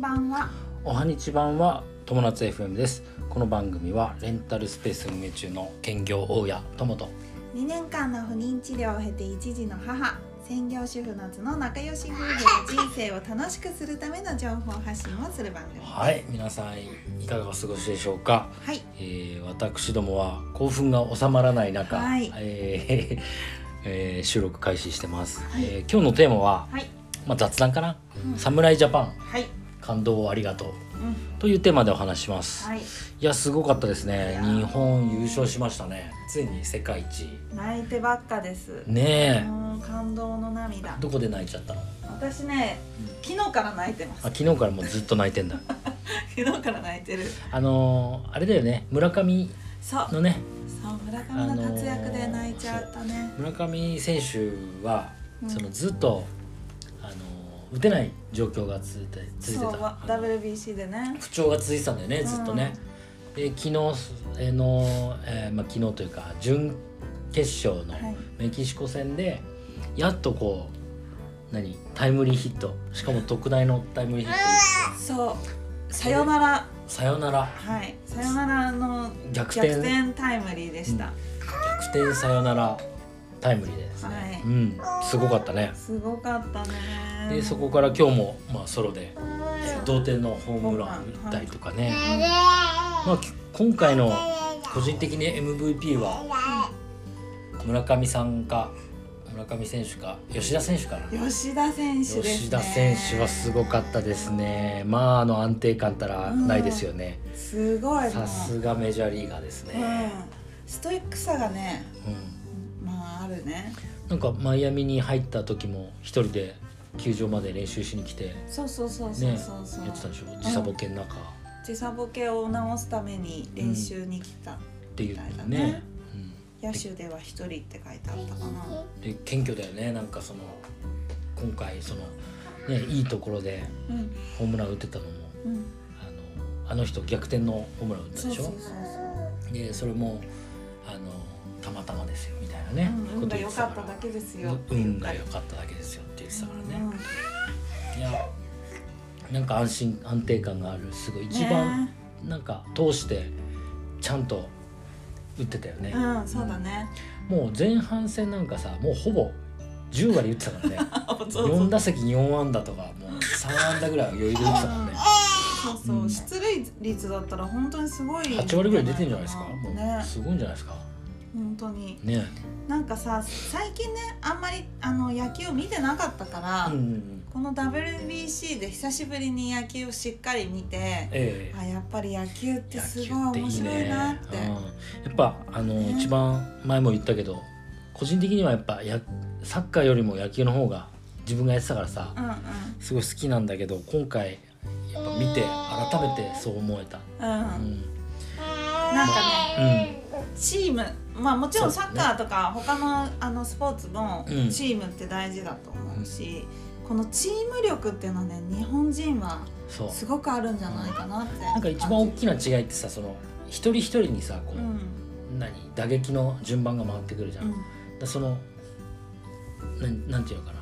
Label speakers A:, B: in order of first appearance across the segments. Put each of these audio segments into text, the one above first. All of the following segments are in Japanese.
A: 版は
B: おはにち版は友達 FM ですこの番組はレンタルスペース運営中の兼業大家友と
A: 2年間の不妊治療を経て一時の母専業主婦夏の仲良し夫婦が人生を楽しくするための情報発信をする番組
B: はい皆さんいかがお過ごしでしょうか、
A: はい
B: えー私どもは興奮が収まらない中、
A: はい
B: えー えー収録開始してます、
A: はい
B: えー今日のテーマは、
A: はい
B: まあ、雑談かな「
A: うん
B: 侍ジャパン
A: はい
B: 感動をありがとう
A: うん」
B: というテーマでお話しします、
A: はい
B: いやすごかったです
A: い
B: ね
A: やー
B: 日本優勝しましたねついに世界一
A: 泣いてばっかです
B: ね
A: もう感動の涙
B: えどこで泣いちゃったのあ
A: 私ね昨日から泣いてます
B: 昨日からもうずっと泣いてんだ
A: 昨日から泣いてる
B: あのーあれだよね村上
A: そう
B: のね
A: そう村上の活躍で泣いちゃったね、
B: 村上選手は
A: うん
B: そのずっと、あのー打てない状況が続いて続い
A: そ
B: て
A: う
B: た
A: わ
B: あの
A: WBC でね
B: 不調が続いてたんだよねずっとね、で昨日えーの、えーまあ、昨日というか準決勝の
A: はい
B: メキシコ戦でやっとこう何タイムリーヒットしかも特大のタイムリーヒット
A: そうさよなら
B: さよなら
A: はいさよならの
B: 逆
A: 逆
B: 転逆
A: 転タイムリーでした、
B: 転さよならタイムリーですね、
A: はい
B: うんすごかったね
A: すごかったね
B: でそこから今日も、まあ、ソロで同点のホームラン
A: ホームラン
B: 打ったりとかね、まあ、き今回の個人的に MVP は村上さんか村上選手か吉田選手かな
A: 吉田選手です、ね、
B: 吉田選手はすごかったですねまああの安定感たらないですよね、
A: すごいもう
B: さすがメジャーリーガーです
A: うん
B: ね、
A: ストイックさがね
B: うん
A: まああるね
B: なんかマイアミに入った時も一人で球場まで練習しに来てね
A: そうそうそうそうそうそう、
B: やってたでしょ時差ボケの中っ
A: 時差ボケを直すために練習に来た、
B: ていうね,、
A: うん
B: ね
A: 野手では一人って書いてあったかな
B: うん、で謙虚だよねなんかその今回そのねいいところで
A: うん
B: ホームラン打ってたのも
A: うん
B: あのあの人逆転のホームラン打った
A: そう
B: で
A: そ
B: し
A: うそ
B: ょ
A: うそう
B: でそれもあのたまたまですよみたいなね、
A: うん運が良
B: て
A: かっただけですよ
B: 運が良かっただけですよって言ってたからね、
A: うん
B: いやなんか安心安定感があるすごい一番、
A: ね
B: なんか通してちゃんと打ってたよね、
A: うんそうだね
B: もう前半戦なんかさもうほぼ10割打ってたからね
A: そう
B: 4打席4安打とかもう3安打ぐらいは余裕で打ってたからね
A: そうそう、
B: うん
A: 出塁率だったら本当にすごい
B: 8割ぐらい出てんじゃないですかも
A: ね
B: うすごいんじゃないですか
A: 本当に
B: ね
A: なんかさ最近ねあんまりあの野球を見てなかったから、
B: うん
A: この WBC で久しぶりに野球をしっかり見て
B: ええ
A: あやっぱり野球ってすごい
B: 野球
A: 面白いなって
B: うん、やっぱあの、
A: ね
B: 一番前も言ったけど個人的にはやっぱやサッカーよりも野球の方が自分がやってたからさ
A: うんうん
B: すごい好きなんだけど今回やっぱ見て改めてそう思えた、
A: うん
B: う、ん
A: なんかね
B: うん
A: チームまあもちろん
B: そう
A: サ
B: だね
A: ッカーとか他のあのスポーツも
B: うん
A: チームって大事だと思うし、このチーム力っていうのはね日本人は
B: そう
A: すごくあるんじゃないかなって
B: なんか一番大きな違いってさその一人一人にさこ
A: う
B: う、
A: ん
B: 何打撃の順番が回ってくるじゃ
A: うん
B: ん、だそのなんなんていうのかな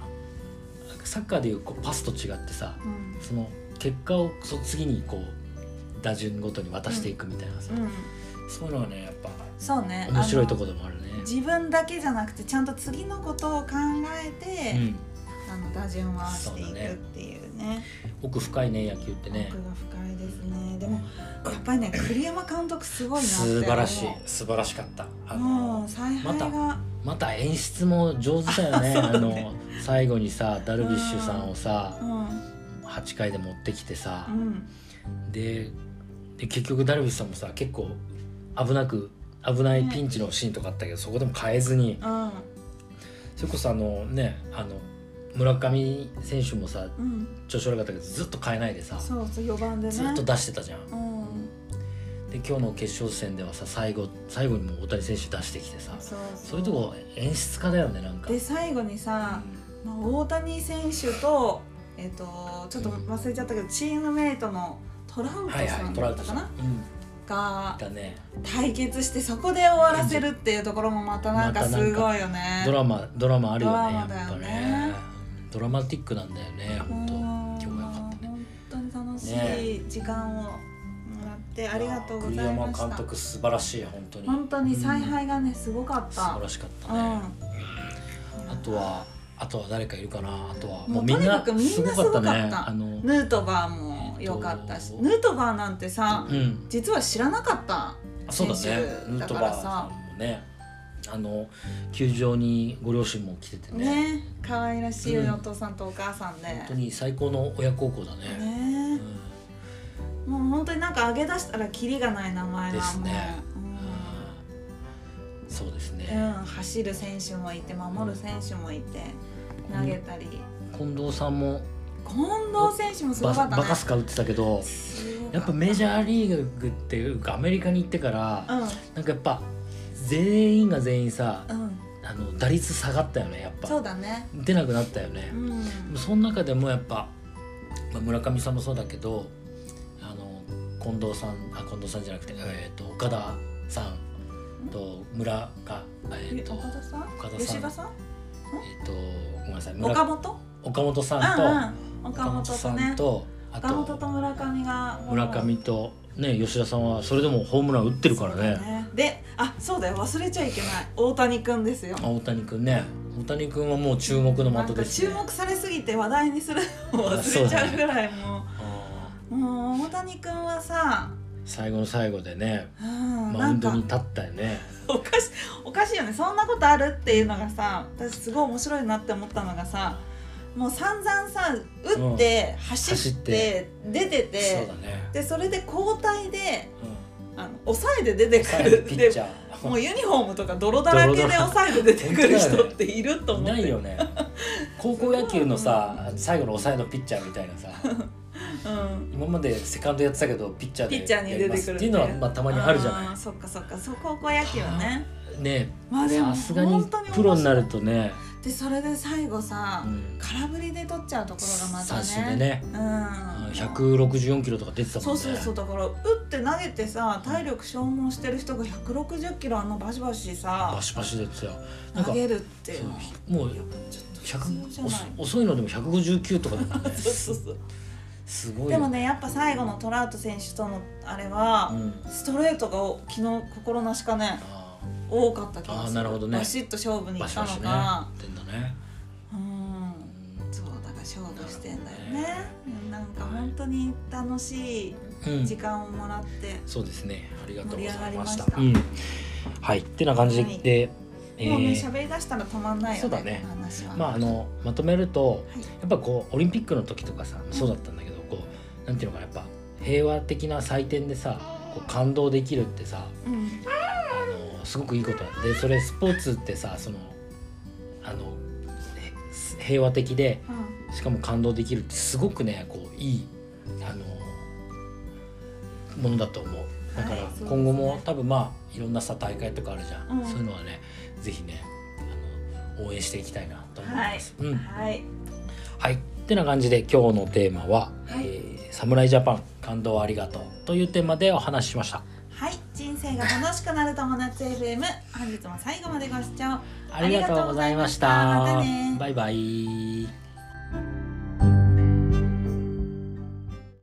B: サッカーでいうこうパスと違ってさ
A: うん
B: その結果をそ次にこう打順ごとに渡していくみたいなさ、
A: うん
B: そういうのはねやっぱ
A: そうね
B: 面白いと
A: こ
B: こでもあるね。
A: 自分だけじゃなくてちゃんと次のことを考え
B: う
A: て、
B: ん、
A: あの打順を回してい
B: そう
A: く
B: だね
A: っていうね
B: 奥深いね野球ってね
A: 奥が深いですねでもやっぱりね栗山監督すごいなって
B: 素晴らしい素晴らしかったあ
A: もうも
B: の
A: う采
B: ま
A: 配
B: た
A: が、
B: また演出も上手だよ ねあの最後にさダルビッシュさんをさ
A: う
B: 8回で持ってきてさ、
A: んうん
B: でで結局ダルビッシュさんもさ結構危なく危ないピンチのシーンとかあったけど、そこでも変えずに
A: うん
B: それこそあのねあの村上選手もさ
A: うん
B: 調子悪かったけどずっと変えないでさず
A: そうそう4番でね
B: っと出してたじゃん。
A: うん
B: で今日の決勝戦ではさ最後最後にもう大谷選手出してきてさ
A: そうそう
B: そういうとこ演出家だよねなんか。
A: で最後にさ、まあ、大谷選手とえっ、とちょっと忘れちゃったけど、チームメイトのトラウト
B: はい
A: さ
B: は
A: ん
B: いトラ
A: だ
B: ウ
A: った
B: ト
A: か
B: さん。
A: な、
B: うん、
A: が
B: だね。
A: 対決してそこで終わらせるっていうところもまたなんか
B: ま
A: す
B: たなんか
A: ごいよね。
B: ドラマドラマあるよね
A: ドラ
B: や
A: マ
B: っ
A: だよ
B: ぱ
A: ね
B: ね。ドラマティックなんだよね
A: うん
B: 本当今日もよかったね。
A: 本当に楽しい、しい時間をもらってありがとうございまし
B: 栗山監
A: た
B: 督素晴らしい本当に
A: 本当に采配がねすごかっ
B: 素
A: た
B: 晴らしかった
A: う
B: ね、
A: ん
B: あとはあとは誰かいるかなあとは
A: もうとにかくみんなすごかった
B: あの
A: ヌートバーも良かったし、
B: えっと
A: ヌートバーなんてさ、
B: うん
A: 実は知らなかった
B: あそうだね
A: 選手
B: ヌー
A: だ
B: ト
A: か
B: バ
A: ら
B: ー
A: さ
B: さんもねあの球場にご両親も来ててね
A: ね可愛らしいお父さんとお母さんで、
B: 本当に最高の親孝行だね
A: ね
B: うん
A: もう本当になんか上げ出したらキリがない名前だ
B: です
A: もん
B: ね
A: うん
B: うんそうです
A: う
B: ね、
A: ん、走る選手もいて守る選手もいて、投げたり
B: 近藤さんも
A: 近藤選手もすご
B: バ
A: かった
B: バ
A: ね
B: カスカ打ってたけど
A: すごか
B: やっぱメジャーリーグっていうかアメリカに行ってから、
A: うん
B: なんかやっぱ全員が全員さ、
A: うん
B: あの打率下がったよねやっ
A: そ
B: ぱ
A: うだね
B: 出なくなったよね
A: う、ん
B: でもその中でもやっぱ、まあ、村上さんもそうだけどあの近藤さんあ近藤さんじゃなくて、えー、と岡田さんと村がえっ、
A: え
B: と,、
A: 岡田さん
B: 岡田さん
A: 吉田さん
B: えー、とごめんなさい
A: 岡
B: 村
A: 本
B: 岡本さんと、
A: うんうん岡本と
B: さん
A: ね
B: とあ
A: 岡本と
B: と
A: 村上が
B: 村上と、ね、吉田さんはそれでもホームラン打ってるからね
A: ねであそうだよ忘れちゃいけない大谷くんですよ
B: あ大谷君ね大谷君はもう注目の
A: なん
B: 的
A: か
B: です、ね、
A: 注目されすぎて話題にするのを忘れちゃうぐらいも
B: あー
A: うもう大谷くんはさ
B: 最後の最後でね
A: うん
B: マ
A: な
B: ウン
A: ん
B: ド
A: か
B: に立ったよね
A: おかしおかしいよねそんなことあるっていうのがさ私すごい面白いなって思ったのがさもう散々さ打って走って出てて
B: そうだね、
A: でそれで交代で
B: う
A: あの抑えで出て
B: ん、
A: く
B: 最後
A: る
B: ピッ
A: って
B: チャ
A: もう
B: ー
A: ユニフォームとか泥だらけで
B: 泥だら
A: 抑えで出てくる人っていると
B: い
A: 思っ
B: な
A: て
B: いよね高校野球のさ最後の抑えのピッチャーみたいなさ
A: うん
B: 今までセカンドやってたけどピッチャーで
A: ピッチャーに
B: や
A: 出て
B: りま
A: く
B: す
A: る
B: っていうのはまあたまにあるじゃな
A: ーそっかそっかそう高校野球ね
B: いね
A: まあでも
B: さすがに
A: 本当に面白い
B: プロになるとね、
A: でそれで最後さ、
B: うん
A: 空振りで取っちゃうところがまたね
B: 三振でね
A: うん
B: 164キロとか出てたも
A: そう
B: んね
A: そうそうだから打って投げてさ体力消耗してる人が160キロあのバシバシさ
B: バシバシ出てたよなんか
A: 投げるっていうのは
B: そうもう
A: ちょっと普通じゃ
B: 100
A: ない
B: 遅遅いのでも159とかだからね
A: そうそうそう
B: すごいよ
A: でもねやっぱ最後のトラウト選手とのあれは、
B: うん
A: ストレートが昨日心なしかね
B: あ
A: 多かった気がする
B: あーなるほどね
A: バシッと勝負
B: ー
A: に行
B: バ
A: っ
B: シ
A: た
B: バ
A: の
B: シ
A: か、
B: ね出てんだね
A: うんそうだから勝負してんだよねうんなんか本当に楽しい
B: うん
A: 時間をもらって、
B: そうですね。ありがとうございました。
A: 盛り
B: うん、はい、ってな感じ
A: はい
B: で、え
A: もうね
B: ー
A: 喋り出したら止まんないよね
B: そうだね
A: この話は、
B: まああのまとめると、
A: はい
B: やっぱこうオリンピックの時とかさ、そうだったんだけど、こうなんていうのかなやっぱ平和的な祭典でさ、こう感動できるってさ、
A: うん
B: あのすごくいいことだ。で、それスポーツってさ、そのあのへ平和的で
A: うん
B: しかも感動できるってすごくね、こういいあのものだと思う。だから
A: はいそうですね
B: 今後も、多分まあいろんなさ大会とかあるじゃん、
A: うん
B: そういうのはねぜひねあの応援していきたいなと思います。はい、うん
A: はい
B: はい、ってな感じで今日のテーマは「
A: はい
B: えー侍ジャパン感動をありがとう」というテーマでお話ししました。
A: はい人生が楽しくなる友達 FM 本日も最後までご視聴
B: ありがとうございました。
A: ありがとうございましたまたね
B: バイバイ